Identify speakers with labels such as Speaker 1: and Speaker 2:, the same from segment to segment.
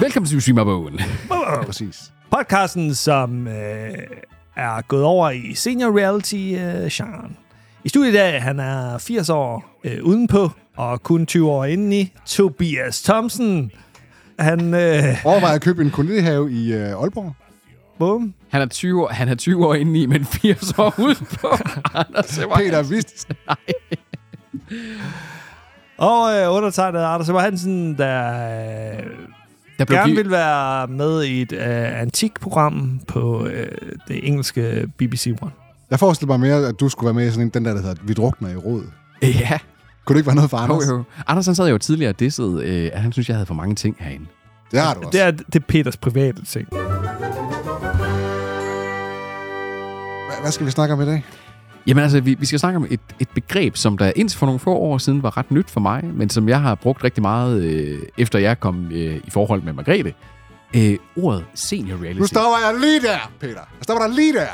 Speaker 1: Velkommen til Ushima-bogen.
Speaker 2: Præcis. Podcasten, som øh, er gået over i senior reality-genren. I studiet i dag, han er 80 år øh, udenpå, og kun 20 år indeni, Tobias Thomsen. Han, øh,
Speaker 3: Overvej at købe en kolonihave i øh, Aalborg.
Speaker 2: bum.
Speaker 1: Han er 20 år, han er 20 år indeni, men 80 år udenpå. Anders, det var-
Speaker 3: Peter Vist.
Speaker 2: Og øh, undertegnet Anders Emmer Hansen, der øh,
Speaker 1: der blev
Speaker 2: gerne
Speaker 1: givet-
Speaker 2: vil være med i et øh, antikprogram på øh, det engelske BBC One.
Speaker 3: Jeg forestiller mig mere, at du skulle være med i sådan en, den der, der hedder Vi drukner i råd.
Speaker 1: Ja,
Speaker 3: Kunne det ikke være noget for Anders?
Speaker 1: jo, jo. Anders han sad jo tidligere og dissede, øh, at han synes, jeg havde for mange ting herinde.
Speaker 3: Det har du også.
Speaker 2: Det er, det er Peters private ting.
Speaker 3: Hva- Hvad skal vi snakke om i dag?
Speaker 1: Jamen altså, vi, vi skal snakke om et, et begreb, som der indtil for nogle få år siden var ret nyt for mig, men som jeg har brugt rigtig meget, øh, efter jeg kom øh, i forhold med Margrethe. Øh, ordet senior
Speaker 3: Nu
Speaker 1: reality.
Speaker 3: stopper jeg lige der, Peter. Jeg stopper dig lige der.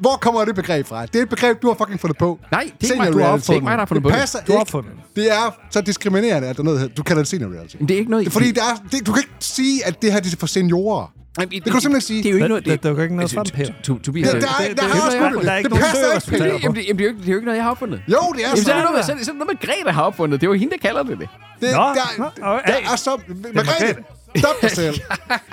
Speaker 3: Hvor kommer det begreb fra? Det er et begreb, du har fucking fundet på.
Speaker 1: Nej, det er ikke
Speaker 3: Senior
Speaker 1: mig, du har
Speaker 3: reality.
Speaker 1: opfundet. Det er ikke mig, der har fundet på
Speaker 3: det
Speaker 1: det.
Speaker 3: passer
Speaker 2: Du har
Speaker 3: ikke.
Speaker 2: opfundet det.
Speaker 3: Det er så diskriminerende, at der er noget, der hedder- du kalder det senior reality.
Speaker 1: Men det er ikke noget...
Speaker 3: Det er fordi, det er, det, du kan ikke sige, at det her det er for seniorer.
Speaker 1: Jamen, det,
Speaker 3: kan du simpelthen sige.
Speaker 1: Det er jo ikke
Speaker 2: Der-
Speaker 1: noget...
Speaker 2: der dukker ikke noget
Speaker 1: Altså,
Speaker 2: frem her.
Speaker 1: Tu- Tu- Tobias...
Speaker 3: Ja, der er-
Speaker 1: det-
Speaker 3: der
Speaker 1: det-
Speaker 3: er
Speaker 1: det- det-
Speaker 3: også noget med det.
Speaker 2: Der er ikke
Speaker 3: Det
Speaker 2: nogen
Speaker 3: passer ikke,
Speaker 2: børshospitaler
Speaker 3: Peter.
Speaker 2: på.
Speaker 1: Jamen, det, jamen, det, er jo ikke, det er jo ikke noget, jeg har opfundet.
Speaker 3: Jo, det er
Speaker 1: Jamen, så
Speaker 3: så.
Speaker 1: er det
Speaker 2: der.
Speaker 1: noget, så er det så er det noget, Margrethe har opfundet. Det er jo hende, der kalder det det.
Speaker 3: Det,
Speaker 2: Nå,
Speaker 3: der,
Speaker 2: nå,
Speaker 3: der,
Speaker 2: okay.
Speaker 3: er så... Margrethe,
Speaker 2: Margrethe.
Speaker 3: stop dig selv.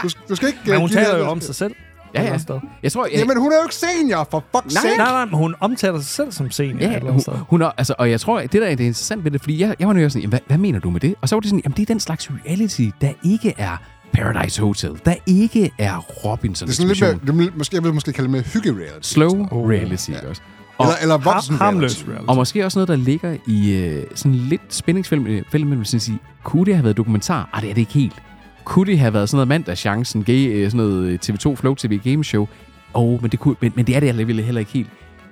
Speaker 3: Du, du skal ikke... øh,
Speaker 2: Men hun
Speaker 3: give det
Speaker 2: taler
Speaker 3: her-
Speaker 2: jo om sig selv.
Speaker 1: Ja,
Speaker 2: Et eller
Speaker 1: ja.
Speaker 2: andet sted.
Speaker 1: Jeg tror... Jeg,
Speaker 3: Jamen, hun er jo ikke senior, for fuck's
Speaker 1: Nej,
Speaker 3: sake.
Speaker 2: Nej, nej, men hun omtaler sig selv som senior.
Speaker 1: Ja,
Speaker 2: et eller
Speaker 1: hun,
Speaker 2: andet sted.
Speaker 1: hun er, altså, og jeg tror, at det der er det interessant ved det, fordi jeg, jeg var nødt sådan, jamen, hvad, hvad mener du med det? Og så var det sådan, jamen det er den slags reality, der ikke er Paradise Hotel, der ikke er Robinson
Speaker 3: Det er sådan lidt mere...
Speaker 1: Ekspedition.
Speaker 3: det er lidt- Måske, jeg vil måske kalde det mere hygge-reality.
Speaker 1: Slow reality ja. også. Og,
Speaker 3: Eller, eller voksen
Speaker 2: Har- harmløs
Speaker 3: reality.
Speaker 2: reality.
Speaker 1: og måske også noget, der ligger i øh, sådan lidt spændingsfilm, øh, fælde mellem sådan at sige, kunne det have været dokumentar? Ah, det er det ikke helt. Kunne det have været sådan noget mandagschancen, ge- øh, sådan noget øh, TV2 Flow TV Game Show? Oh, men det, kunne, men, men det er det alligevel heller ikke helt.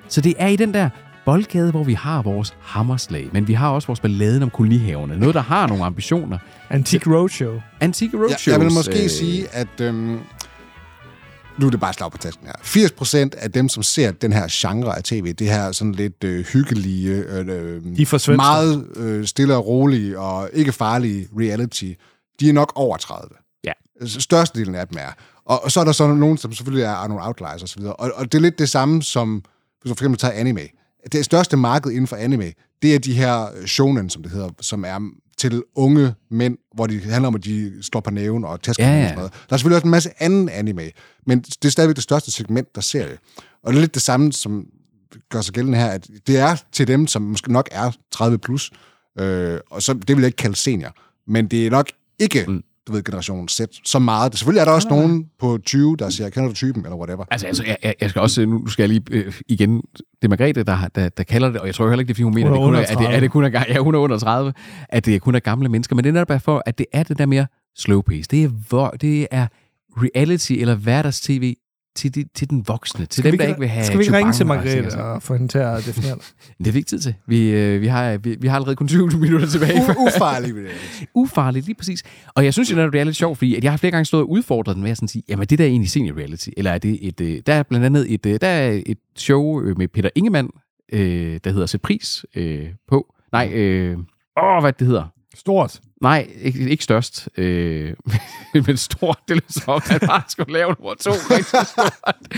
Speaker 1: Så det er i den der boldgade, hvor vi har vores hammerslag, men vi har også vores balladen om kolonihaverne. Noget, der har nogle ambitioner.
Speaker 2: Antik Roadshow.
Speaker 1: Antikke
Speaker 3: Jeg,
Speaker 1: roadshows.
Speaker 3: jeg vil måske
Speaker 1: øh,
Speaker 3: sige, at... Øhm, nu er det bare slag på tasken her. 80% af dem, som ser den her genre af tv, det her sådan lidt øh, hyggelige, øh, øh,
Speaker 2: De er for svenske.
Speaker 3: meget øh, stille og rolige og ikke farlige reality, de er nok over 30.
Speaker 1: Ja.
Speaker 3: Øh, Størstedelen af dem er. Og, og så er der så nogen, som selvfølgelig er, er nogle outliers osv. Og, og det er lidt det samme som, hvis du for eksempel tager anime. Det største marked inden for anime, det er de her øh, shonen, som det hedder, som er til unge mænd, hvor det handler om, at de står på næven og tæsker
Speaker 1: Ja,
Speaker 3: hinanden
Speaker 1: ja.
Speaker 3: og sådan noget. Der er selvfølgelig også en masse anden anime, men det er stadigvæk det største segment, der ser det. Og det er lidt det samme, som gør sig gældende her, at det er til dem, som måske nok er 30 plus, øh, og så, det vil jeg ikke kalde senior, men det er nok ikke, mm. du ved, generation Z, så meget. Selvfølgelig er der også nogen på 20, der siger, kender du typen, eller whatever.
Speaker 1: Altså, altså jeg- jeg, jeg, skal også, nu skal jeg lige øh, igen, det er Margrethe, der, har- der, der kalder det, og jeg tror heller ikke, det er, fordi hun mener,
Speaker 2: Hun
Speaker 1: at det,
Speaker 2: er
Speaker 1: kun er, at,
Speaker 2: under
Speaker 1: det,
Speaker 2: 30.
Speaker 1: at det kun er, ga- ja, hun er under 30, at det kun er gamle mennesker, men det er netop bare for, at det er det der mere slow pace. Det er, hvor, det er reality eller hverdags-tv til, de, til den voksne, til dem, der ikke vil have
Speaker 2: Skal vi ikke ringe til
Speaker 1: chubanker og ting og
Speaker 2: Margrethe og få hende til at definere det?
Speaker 1: sager? Det er vi ikke tid til. Vi, øh, vi, har, vi, vi har allerede kun 20 minutter tilbage.
Speaker 3: U- ufarlig vil jeg sige.
Speaker 1: ufarligt, lige præcis. Og jeg synes jo, netop, det er lidt sjovt, fordi at jeg har flere gange stået og udfordret den med at sådan sige, jamen det der er egentlig senior reality, eller er det et, øh, der er blandt andet et, øh, der er et show øh, med Peter Ingemann, øh, der hedder Se Pris øh, på. Nej, øh, åh, hvad det hedder.
Speaker 2: Stort.
Speaker 1: Nej, ikke, ikke størst, øh, men stort. Det lyder som om, han bare skulle lave nummer to. Rigtig stort.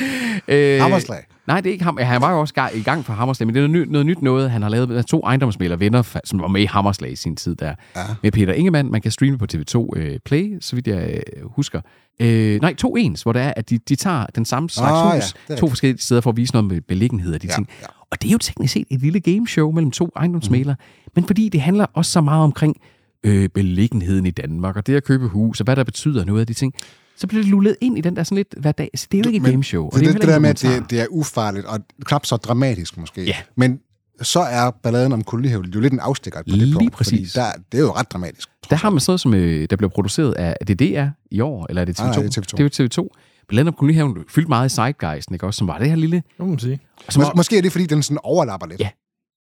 Speaker 1: Øh,
Speaker 3: Hammerslag.
Speaker 1: Nej, det er ikke ham. Han var jo også ga- i gang for Hammerslag, men det er noget, ny- noget nyt noget. Han har lavet der er to ejendomsmælere venner, fa- som var med i Hammerslag i sin tid der. Ja. Med Peter Ingemann. Man kan streame på TV2 øh, Play, så vidt jeg øh, husker. Øh, nej, to ens, hvor det er, at de, de tager den samme slags
Speaker 3: Ah,
Speaker 1: ah,
Speaker 3: ja,
Speaker 1: hus,
Speaker 3: det er
Speaker 1: ja, to
Speaker 3: rigtigt.
Speaker 1: forskellige steder for at vise noget med beliggenhed og de ja, ting. Ja. Og det er jo teknisk set et lille gameshow mellem to ejendomsmælere, mm. men fordi det handler også så meget omkring øh, beliggenheden i Danmark, og det at købe hus, og hvad der betyder noget af de ting, så bliver det lullet ind i den der sådan lidt hverdag. Så det er jo ikke et gameshow. og
Speaker 3: Det,
Speaker 1: er
Speaker 3: det,
Speaker 1: jo
Speaker 3: det, det, det der
Speaker 1: heller
Speaker 3: med, at
Speaker 1: ikke en
Speaker 3: det, det er ufarligt, og knap så dramatisk måske.
Speaker 1: Ja.
Speaker 3: Men så er balladen om kolonihævel jo lidt en afstikker på
Speaker 1: Lige
Speaker 3: det punkt,
Speaker 1: præcis.
Speaker 3: fordi der, det er jo ret dramatisk.
Speaker 1: Der har man sådan noget, som øh, der blev produceret af, er det DR i år, eller er det TV2?
Speaker 3: Nej, nej, det er TV2.
Speaker 1: Det er TV2. Blandt andet Kolonihaven fyldte meget i Zeitgeisten, ikke også, som var det her lille...
Speaker 2: Det må man sige.
Speaker 1: Som
Speaker 3: Mås- måske er det, fordi den sådan overlapper lidt.
Speaker 1: Ja.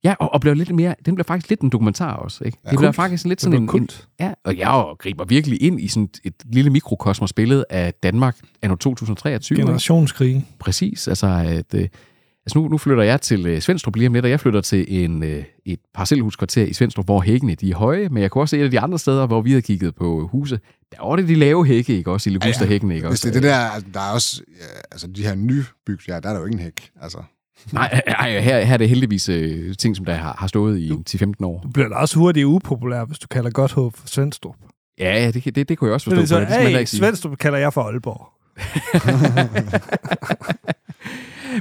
Speaker 1: Ja, og, og blev lidt mere, den blev faktisk lidt en dokumentar også, ikke? Ja, det blev
Speaker 2: Kult.
Speaker 1: faktisk lidt
Speaker 2: Det
Speaker 1: sådan
Speaker 2: blev
Speaker 1: en, en,
Speaker 2: kult.
Speaker 1: Ja, og jeg og griber virkelig ind i sådan et lille mikrokosmos billede af Danmark anno 2023. ikke?
Speaker 2: Generationskrige.
Speaker 1: Præcis, altså at, øh, Altså nu, nu flytter jeg til øh, Svendstrup lige om lidt, og jeg flytter til en, øh, et parcelhuskvarter i Svendstrup, hvor hækkene de er høje, men jeg kunne også se et af de andre steder, hvor vi havde kigget på huse. Der var det de lave hække, ikke også? I Ligusta-hækkene, ikke
Speaker 3: Hvis
Speaker 1: også?
Speaker 3: det er det der, altså, der er også, ja, altså de her nybyg, ja, der er der jo ikke en hæk. Altså,
Speaker 1: Nej, ej, her, her er det heldigvis øh, ting, som der har, har stået i 10-15 år.
Speaker 2: Du bliver da også hurtigt upopulær, hvis du kalder godt håb for Svendstrup.
Speaker 1: Ja, ja, det, kan- det, det kunne jeg også
Speaker 2: Så det
Speaker 1: forstå.
Speaker 2: er så,
Speaker 1: på, det, det skal man heller
Speaker 2: hey,
Speaker 1: ikke sige.
Speaker 2: Svendstrup kalder jeg for Aalborg.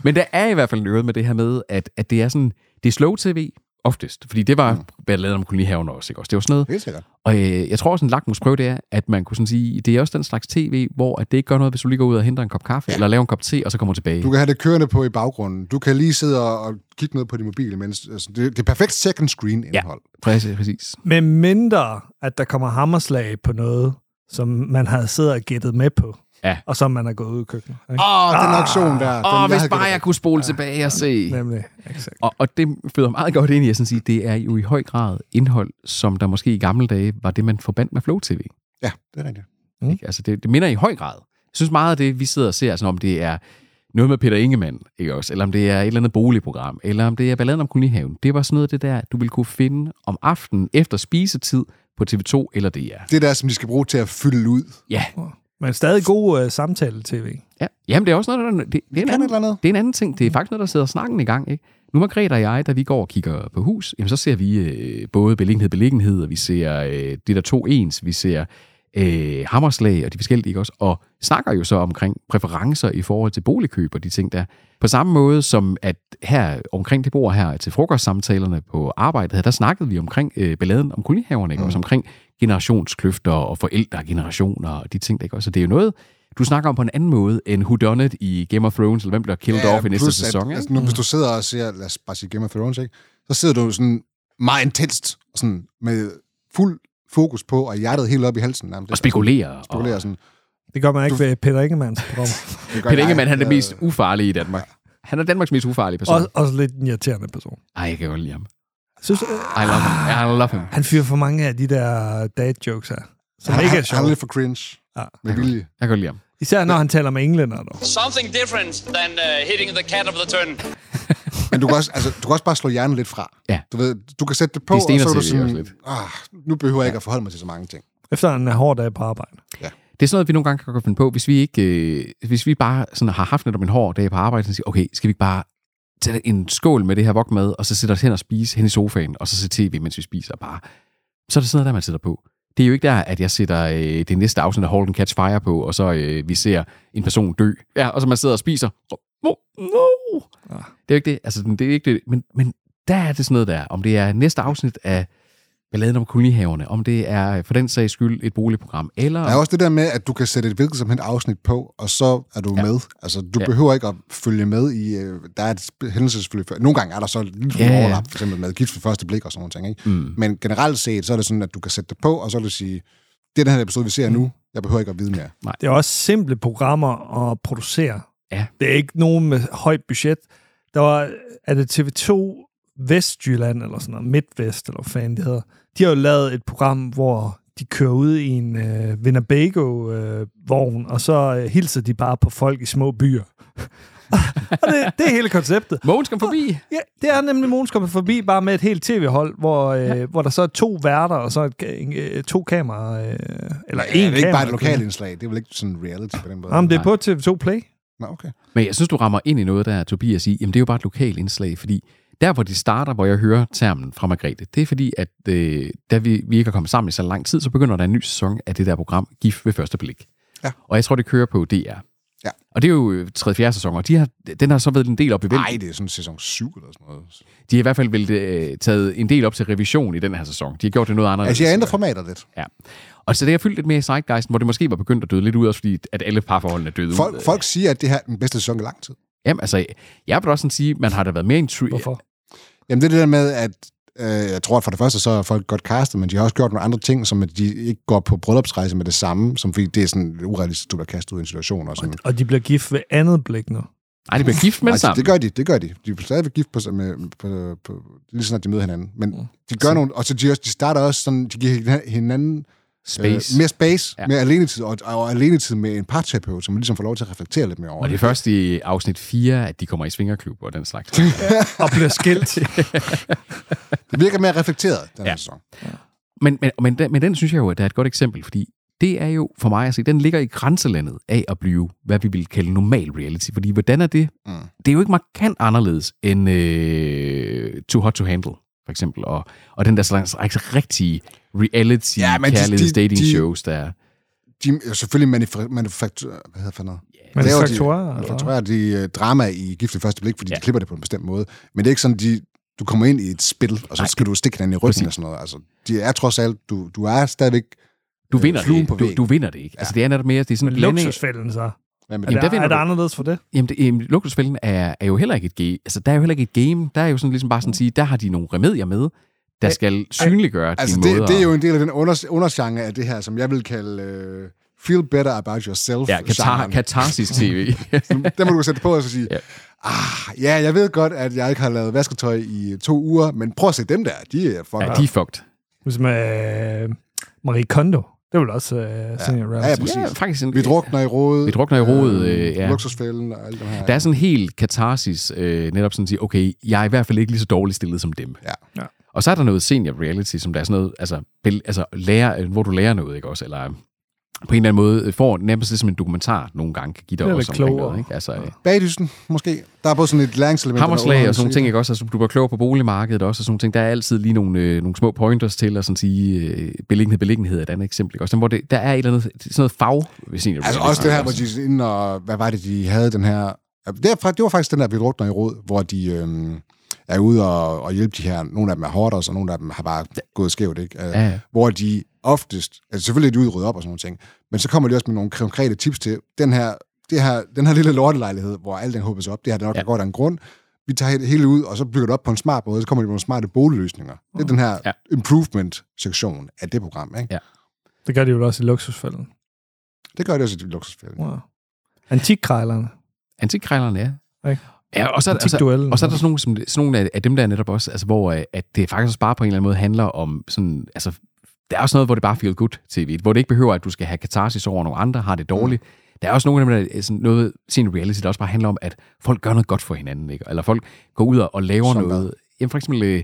Speaker 1: Men der er i hvert fald noget med det her med, at, at det er sådan, det er slow tv oftest, fordi det
Speaker 3: Mm.
Speaker 1: var, hvad jeg lavede om kolonihaven også, ikke også? Det var sådan noget,
Speaker 3: helt sikkert.
Speaker 1: og øh, jeg tror også en lakmusprøve, det er, at man kunne sådan sige, det er også den slags tv, hvor at det ikke gør noget, hvis du lige går ud og henter en kop kaffe, ja. eller laver en kop te, og så kommer tilbage.
Speaker 3: Du kan have det kørende på i baggrunden. Du kan lige sidde og, og kigge ned på din mobil, mens altså, det, det er perfekt second screen indhold.
Speaker 1: Præcis, præcis.
Speaker 2: Med mindre, at der kommer hammerslag på noget, som man har siddet og gættet med på.
Speaker 1: Ja.
Speaker 2: Og som man er gået ud i køkkenet. Ikke?
Speaker 3: Åh, oh, den aktion der. den,
Speaker 1: Ah, Åh, hvis
Speaker 3: havde
Speaker 1: bare
Speaker 3: gættet
Speaker 1: jeg kunne spole tilbage og se.
Speaker 2: Nemlig. Exakt.
Speaker 1: Og, og det føder meget godt ind i, at sådan sige, det er jo i høj grad indhold, som der måske i gamle dage var det, man forbandt med Flow TV.
Speaker 3: på. Ja, det er rigtigt.
Speaker 1: Ikke? Altså, det, det minder i høj grad. Jeg synes meget af det, vi sidder og ser, altså, om det er noget med Peter Ingemann, ikke også? eller om det er et eller andet boligprogram, eller om det er balladen om kolonihaven. Det var sådan noget af det der, du ville kunne finde om aftenen efter spisetid på TV2 eller DR.
Speaker 3: Det der, som de skal bruge til at fylde ud.
Speaker 1: Ja,
Speaker 2: Men stadig god øh, samtale-tv.
Speaker 1: ja. Jamen, det er også noget, der, det, det, er en
Speaker 3: Kan et eller
Speaker 1: anden,
Speaker 3: andet.
Speaker 1: det er en anden ting. Det er faktisk noget, der sidder snakken i gang. Ikke? Nu Margrethe og jeg, da vi går og kigger på hus, jamen, så ser vi øh, både beliggenhed beliggenhed, og vi ser øh, det der to ens, vi ser øh, hammerslag og de forskellige, ikke også? Og snakker jo så omkring præferencer i forhold til boligkøb og de ting der. På samme måde som at her omkring det bord her til frokostsamtalerne på arbejdet, her, der snakkede vi omkring øh, balladen om kolonihaverne, ikke? Også omkring generationskløfter og forældregenerationer og de ting, der, ikke også? Så det er jo noget, du snakker om på en anden måde end Who Done It i Game of Thrones, eller hvem bliver killed ja, off i næste
Speaker 3: plus,
Speaker 1: sæson,
Speaker 3: At,
Speaker 1: ikke?
Speaker 3: altså, nu, hvis du sidder og ser, lad os bare sige Game of Thrones, ikke? så sidder du sådan meget intenst, og sådan med fuld fokus på, og hjertet helt op i halsen. Nærmest,
Speaker 1: og spekulerer. Og
Speaker 3: spekulerer sådan.
Speaker 2: Det gør man ikke du... ved Peter Ingemanns program.
Speaker 3: Det gør
Speaker 1: Peter
Speaker 3: jeg.
Speaker 1: Ingemann, han er den
Speaker 3: Jeg-
Speaker 1: mest ufarlige i Danmark. Han er Danmarks mest ufarlige person.
Speaker 2: også, også lidt en irriterende person.
Speaker 1: Ej, jeg kan godt lide ham.
Speaker 2: Synes, øh,
Speaker 1: I love him.
Speaker 3: Ah.
Speaker 1: I love him.
Speaker 2: han fyrer for mange af de der dad-jokes her, som
Speaker 3: Han,
Speaker 2: ikke er
Speaker 3: han, han er
Speaker 2: sjove.
Speaker 3: lidt for cringe.
Speaker 2: Ja.
Speaker 3: Med vilje.
Speaker 1: Jeg kan godt lide ham.
Speaker 2: Især når han taler med englænder. Dog.
Speaker 4: Something different than uh, hitting the cat of the turn.
Speaker 3: Men du kan, også, altså, du kan også bare slå hjernen lidt fra.
Speaker 1: Ja.
Speaker 3: Du, ved, du kan sætte det på,
Speaker 1: Det
Speaker 3: og så
Speaker 1: stener
Speaker 3: er du
Speaker 1: til det også
Speaker 3: sådan, ah, nu behøver jeg ikke at forholde mig til så mange ting.
Speaker 2: Efter en hård dag på arbejde.
Speaker 1: Det er sådan noget, vi nogle gange kan godt finde på, hvis vi, ikke, øh, hvis vi bare sådan har haft netop en hård dag på arbejde, så siger, okay, skal vi ikke bare tage en skål med det her vok med, og så sætte os hen og spise hen i sofaen, og så se tv, mens vi spiser bare. Så er det sådan noget, der man sætter på. Det er jo ikke der, at jeg sætter øh, det næste afsnit af Holden Catch Fire på, og så øh, vi ser en person dø. Ja, og så man sidder og spiser. No, no. Det er jo ikke det. Altså, det er ikke det. Men, men der er det sådan noget der. Om det er næste afsnit af Balladen om kolonihaverne, om det er øh, for den sags skyld et boligprogram, eller...
Speaker 3: Der er også det der med, at du kan sætte et hvilket som helst afsnit på, og så er du ja. med. Altså, du
Speaker 1: Ja.
Speaker 3: ja. behøver ikke at følge med i... øh, Der er et sp- hændelsesforløb. før. Nogle gange er der så lidt
Speaker 1: Ja,
Speaker 3: ja,
Speaker 1: ja.
Speaker 3: overlap, for eksempel med gift for første blik og sådan nogle ting. Ikke? Mm. Men generelt set, så er det sådan, at du kan sætte det på, og så vil du sige, det er den her episode, vi ser nu. Jeg behøver ikke at vide mere.
Speaker 2: Det er også simple programmer at producere.
Speaker 1: Ja.
Speaker 2: Det er ikke nogen med højt budget. Der var, er det TV2 Vestjylland, eller sådan noget, MidtVest, eller hvad fanden det hedder. De har jo lavet et program, hvor de kører ud i en øh, Winnebago-vogn, og så øh, hilser de bare på folk i små byer. og det, det er hele konceptet.
Speaker 1: Mogens kom forbi.
Speaker 2: Ja, det er nemlig Mogens kommet forbi, bare med et helt tv-hold, hvor, øh, ja. hvor der så er to værter, og så et, ka- en, øh, to kameraer, øh, eller
Speaker 3: ja,
Speaker 2: en
Speaker 3: det er ikke bare et
Speaker 2: kamera-
Speaker 3: lokalt indslag. Det er vel ikke sådan reality på den måde.
Speaker 2: Jamen, det er på TV2 Play.
Speaker 3: Nå, okay.
Speaker 1: Men jeg synes, du rammer ind i noget, der Tobias i, jamen det er jo bare et lokalt indslag, fordi der, hvor det starter, hvor jeg hører termen fra Margrethe, det er fordi, at øh, da vi, vi ikke er kommet sammen i så lang tid, så begynder der en ny sæson af det der program, GIF ved første blik.
Speaker 3: Ja.
Speaker 1: Og jeg tror, det kører på DR.
Speaker 3: Ja.
Speaker 1: Og det er jo 3-4 sæson, og de har, den har så været en del op i
Speaker 3: Nej,
Speaker 1: vinden.
Speaker 3: det er sådan sæson 7 eller sådan noget.
Speaker 1: De har i hvert fald vel, øh, taget en del op til revision i den her sæson. De har gjort det noget anderledes.
Speaker 3: Altså, jeg ændrer formater lidt.
Speaker 1: Ja. Og så det har fyldt lidt mere i Zeitgeisten, hvor det måske var begyndt at døde lidt ud, også fordi at alle parforholdene er døde ud. øh.
Speaker 3: Folk, folk siger, at det her er den bedste sæson i lang tid.
Speaker 1: Jamen altså, jeg vil også sådan sige, man har da været mere intrigued.
Speaker 2: Hvorfor?
Speaker 3: Jamen det er det der med, at øh, jeg tror, at for det første, så er folk godt castet, men de har også gjort nogle andre ting, som at de ikke går på bryllupsrejse med det samme, som fordi det er sådan urealistisk, at du bliver kastet ud i en situation. Og sådan.
Speaker 2: Og de bliver gift ved andet blik nu.
Speaker 1: Nej, det bliver gift med det
Speaker 3: Nej, det,
Speaker 1: samme.
Speaker 3: det gør de, det gør de. De er stadigvæk gift på, med, på,
Speaker 1: Mm.
Speaker 3: på, lige sådan, at de møder hinanden. Men de gør nogle, og så de, også, de starter også sådan, de giver hinanden
Speaker 1: Space.
Speaker 3: Øh, mere space,
Speaker 1: Ja.
Speaker 3: ja. mere alenetid, og, og alenetid med en parterapeut, som ligesom får lov til at reflektere lidt mere over
Speaker 1: Og det er
Speaker 3: det.
Speaker 1: først i afsnit 4, at de kommer i svingerklub og den slags.
Speaker 2: og bliver skilt.
Speaker 3: Det virker mere reflekteret, den her
Speaker 1: Ja.
Speaker 3: ja. sæson.
Speaker 1: men, men, men, den, men den synes jeg jo, at det er et godt eksempel, fordi det er jo for mig at se, den ligger i grænselandet af at blive, hvad vi vil kalde normal reality. Fordi hvordan er det? Mm. Det er jo ikke markant anderledes end øh, Too Hot to Handle, for eksempel. Og, og den der slags altså, rigtige reality ja,
Speaker 3: Ja, men de-
Speaker 1: kærligheds
Speaker 3: de-
Speaker 1: dating
Speaker 3: de-
Speaker 1: shows, der er.
Speaker 3: De er selvfølgelig manifra- manufaktur... Hvad hedder fanden?
Speaker 2: Men altså.
Speaker 3: Laver de-
Speaker 2: faktorer, eller?
Speaker 3: Manufakturerer de øh, drama i Gift ved første blik, fordi ja.
Speaker 1: Ja.
Speaker 3: de klipper det på en bestemt måde. Men det er ikke sådan, de, du kommer ind i et spil, og så
Speaker 1: Nej,
Speaker 3: Nej, skal du stikke hinanden i ryggen og sådan noget. Altså, de er trods alt... Du, du er stadigvæk...
Speaker 1: Du
Speaker 3: øh,
Speaker 1: vinder,
Speaker 3: fluen
Speaker 1: det,
Speaker 3: på
Speaker 1: du,
Speaker 3: væggen.
Speaker 1: du vinder det ikke. Ja. Altså, det er netop mere, det er sådan
Speaker 2: Men
Speaker 1: en blanding.
Speaker 2: luksusfælden, så.
Speaker 3: Ja, men,
Speaker 2: Er,
Speaker 1: Jamen, der
Speaker 2: der,
Speaker 1: vinder
Speaker 2: er der
Speaker 1: du.
Speaker 2: anderledes for det?
Speaker 1: Jamen, det, jamen luksusfælden er, er jo heller ikke et game. Altså, der er jo heller ikke et game. Der er jo sådan ligesom bare sådan at sige, der har de nogle remedier med, der skal synliggøre
Speaker 3: altså,
Speaker 1: dine måder.
Speaker 3: det, det, er
Speaker 1: at-
Speaker 3: jo en del af den under, undergenre af det her, som jeg vil kalde... Øh, feel better about yourself.
Speaker 1: Ja, katar,
Speaker 3: genren.
Speaker 1: katarsis tv.
Speaker 3: Den må du sætte på og så sige,
Speaker 1: Ja.
Speaker 3: ja. ah, ja, jeg ved godt, at jeg ikke har lavet vasketøj i øh, to uger, men prøv at se dem der, de er fucking...
Speaker 1: ja, de er fucked.
Speaker 2: Ligesom øh, Marie Kondo. Det er vel også øh, senior
Speaker 3: Ja, ja,
Speaker 2: reality.
Speaker 3: præcis.
Speaker 1: Ja, faktisk. En,
Speaker 3: Vi drukner i rådet.
Speaker 1: Vi drukner i rodet, øh, ja.
Speaker 3: Luksusfælden og alt det her.
Speaker 1: Der er sådan en helt katarsis, øh, netop sådan at sige, okay, jeg er i hvert fald ikke lige så dårligt stillet som dem.
Speaker 3: Ja.
Speaker 2: Ja.
Speaker 1: Og så er der noget senior reality, som der er sådan noget, altså, bel, altså lærer, øh, hvor du lærer noget, ikke også? Eller øh, på en eller anden måde øh, får nærmest ligesom en dokumentar nogle gange, kan give dig
Speaker 2: Bliver
Speaker 1: også
Speaker 2: lidt
Speaker 1: omkring
Speaker 2: klogere.
Speaker 1: noget, ikke? Altså, øh,
Speaker 3: Bagdysten, måske. Der er både sådan et læringselement.
Speaker 1: hammerslag og sådan nogle ting, ikke også? Altså, du bliver klogere på boligmarkedet også, og sådan nogle ting. Der er altid lige nogle, øh, nogle små pointers til, og sådan sige, øh, beliggenhed, beliggenhed er et andet eksempel, ikke også? Den, hvor det, der er et eller andet, sådan noget fag, hvis egentlig,
Speaker 3: Altså også det her, hvor de er inde og... Hvad var det, de havde den her... Det, er fra- det var faktisk den der, vi drukner i råd, hvor de øhm, er ude og, og hjælpe de her... Nogle af dem er hårdere, og nogle af dem har bare gået skævt, ikke? Øh,
Speaker 1: Ja, ja.
Speaker 3: Hvor de oftest... Altså selvfølgelig er de ude og rydde op og sådan nogle ting, men så kommer de også med nogle konkrete tips til den her, det her, den her lille lortelejlighed, hvor alt den håbes op. Det her, det er nok
Speaker 1: Ja.
Speaker 3: ja. godt af en grund. Vi tager det hele ud, og så bygger det op på en smart måde, så kommer de med nogle smarte boligløsninger. Det er den her
Speaker 1: Mm. Ja.
Speaker 3: ja. improvement-sektion af det program, ikke?
Speaker 2: Det gør de jo også i luksusfælden.
Speaker 3: Det gør det også i luksusfælden.
Speaker 1: Mm.
Speaker 2: Wow. Antikkrejlerne.
Speaker 1: Antikrejlerne, ja.
Speaker 2: Ikke?
Speaker 1: Ja, og så, er der- altså,
Speaker 2: Antikduellen.
Speaker 1: og så er der sådan nogle, som, sådan nogle af, af dem, der er netop også, altså, hvor øh, at det faktisk også bare på en eller anden måde handler om sådan, altså, der er også noget, hvor det bare feel good tv, hvor det ikke behøver, at du skal have katarsis over at nogle andre, har det
Speaker 3: Mm.
Speaker 1: dårligt. Der er også nogle af dem, der er sådan noget, sin reality, der også bare handler om, at folk gør noget godt for hinanden, ikke? Eller folk går ud og, og laver
Speaker 3: Som hvad?
Speaker 1: noget. Jamen for eksempel, øh,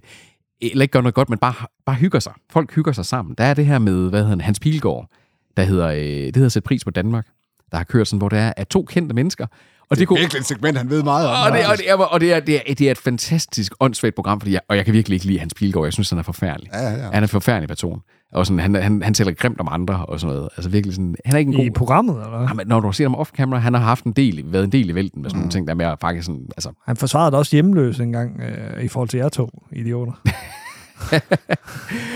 Speaker 1: eller ikke gør noget godt, men bare, bare hygger sig. Folk hygger sig sammen. Der er det her med, hvad hedder han, Hans Pilgaard, der hedder, øh, det hedder Sæt pris på Danmark, der har kørt sådan, hvor der er to kendte mennesker, og det, det kunne
Speaker 3: virkelig et segment, han ved meget om.
Speaker 1: og det, og det, er, og det, er, det, er, det er et fantastisk, åndssvagt program, fordi jeg, og jeg kan virkelig ikke lide Hans Pilgaard. Jeg synes, han er forfærdelig.
Speaker 3: Ja, ja, ja.
Speaker 1: Han er en forfærdelig person. Og sådan, han, han, han taler grimt om andre og sådan noget. Altså virkelig sådan, han er ikke en
Speaker 2: I
Speaker 1: god...
Speaker 2: programmet, eller hvad?
Speaker 1: Ah, men når du ser ham off-camera, han har haft en del, været en del i vælten med sådan
Speaker 2: Mm.
Speaker 1: nogle ting, der er mere faktisk sådan, altså,
Speaker 2: Han forsvarede da også hjemløs engang øh, i forhold til jer to idioter.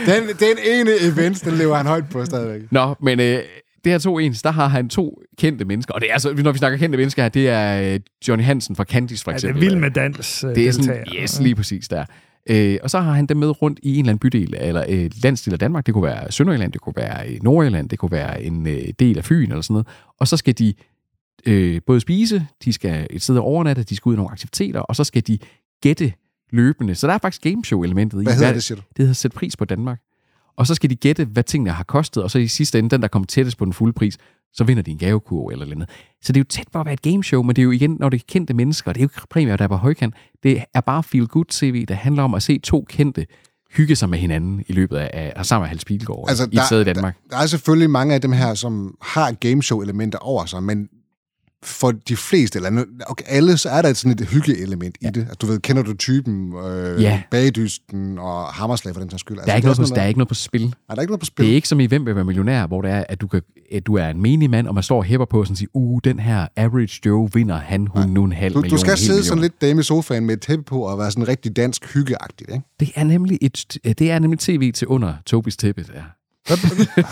Speaker 3: Den, den ene event, den lever han højt på stadigvæk.
Speaker 1: Nå, men øh, det her to ens, der har han to kendte mennesker. Og det er altså, når vi snakker kendte mennesker her, det er øh, Johnny Hansen fra Candice for
Speaker 2: Ja, det
Speaker 1: eksempel.
Speaker 2: er vild med dans øh,
Speaker 1: det er sådan,
Speaker 2: deltagere.
Speaker 1: yes, lige præcis der. Øh, og så har han dem med rundt i en eller anden bydel, eller øh, landsdel af Danmark. Det kunne være Sønderjylland, det kunne være øh, Nordjylland, det kunne være en øh, del af Fyn eller sådan noget. Og så skal de øh, både spise, de skal et sted overnatte, de skal ud i nogle aktiviteter, og så skal de gætte løbende. Så der er faktisk gameshow-elementet i.
Speaker 3: Hvad hedder det, siger du?
Speaker 1: Det hedder Sæt pris på Danmark. Og så skal de gætte, hvad tingene har kostet, og så i sidste ende, den der kommer tættest på den fulde pris, så vinder de en gavekurv eller noget andet. Så det er jo tæt på at være et gameshow, men det er jo igen, når det er kendte mennesker, det er jo ikke primært, der er på højkant. Det er bare feel good tv, der handler om at se to kendte hygge sig med hinanden i løbet af, af- af sammen med Hans Pilgaard altså, i et sted i Danmark.
Speaker 3: Der, der er selvfølgelig mange af dem her, som har et gameshow-elementer over sig, men for de fleste, eller nu- okay, alle, så er der et sådan et hygge-element ja. i det. Altså, du ved, kender du typen, øh,
Speaker 1: Ja.
Speaker 3: ja. bagdysten og hammerslag for den sags skyld. Altså,
Speaker 1: Der er, ikke noget på, der er ikke noget på spil.
Speaker 3: er der ikke noget på spil?
Speaker 1: Det er ikke som i Hvem vil være millionær, hvor det er, at du, kan, at du er en menig mand, og man står og hæpper på og sådan siger, uh, den her average Joe vinder han, hun nu en halv
Speaker 3: du,
Speaker 1: million.
Speaker 3: du
Speaker 1: en
Speaker 3: skal
Speaker 1: hel
Speaker 3: sidde
Speaker 1: million.
Speaker 3: sådan lidt dame i sofaen med et tæppe på og være sådan rigtig dansk hyggeagtigt, ikke?
Speaker 1: Det er nemlig, et, det er nemlig tv til under Tobis tæppe, der.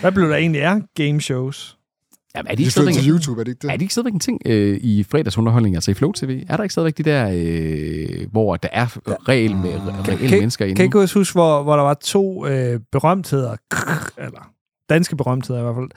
Speaker 2: Hvad blev der egentlig af game shows?
Speaker 1: Jamen, er de
Speaker 3: Det er
Speaker 1: ikke
Speaker 3: selvfølgelig til
Speaker 1: stadigvæk,
Speaker 3: YouTube, er det ikke det?
Speaker 1: er de ikke stadigvæk en ting øh, i fredagsunderholdning, altså i Flow TV? Er der ikke stadigvæk de der, øh, hvor der er regel med reelle
Speaker 2: kan-
Speaker 1: mennesker inde?
Speaker 2: Kan I ikke også huske, hvor, hvor der var to øh, berømtheder, krr, eller danske berømtheder i hvert fald,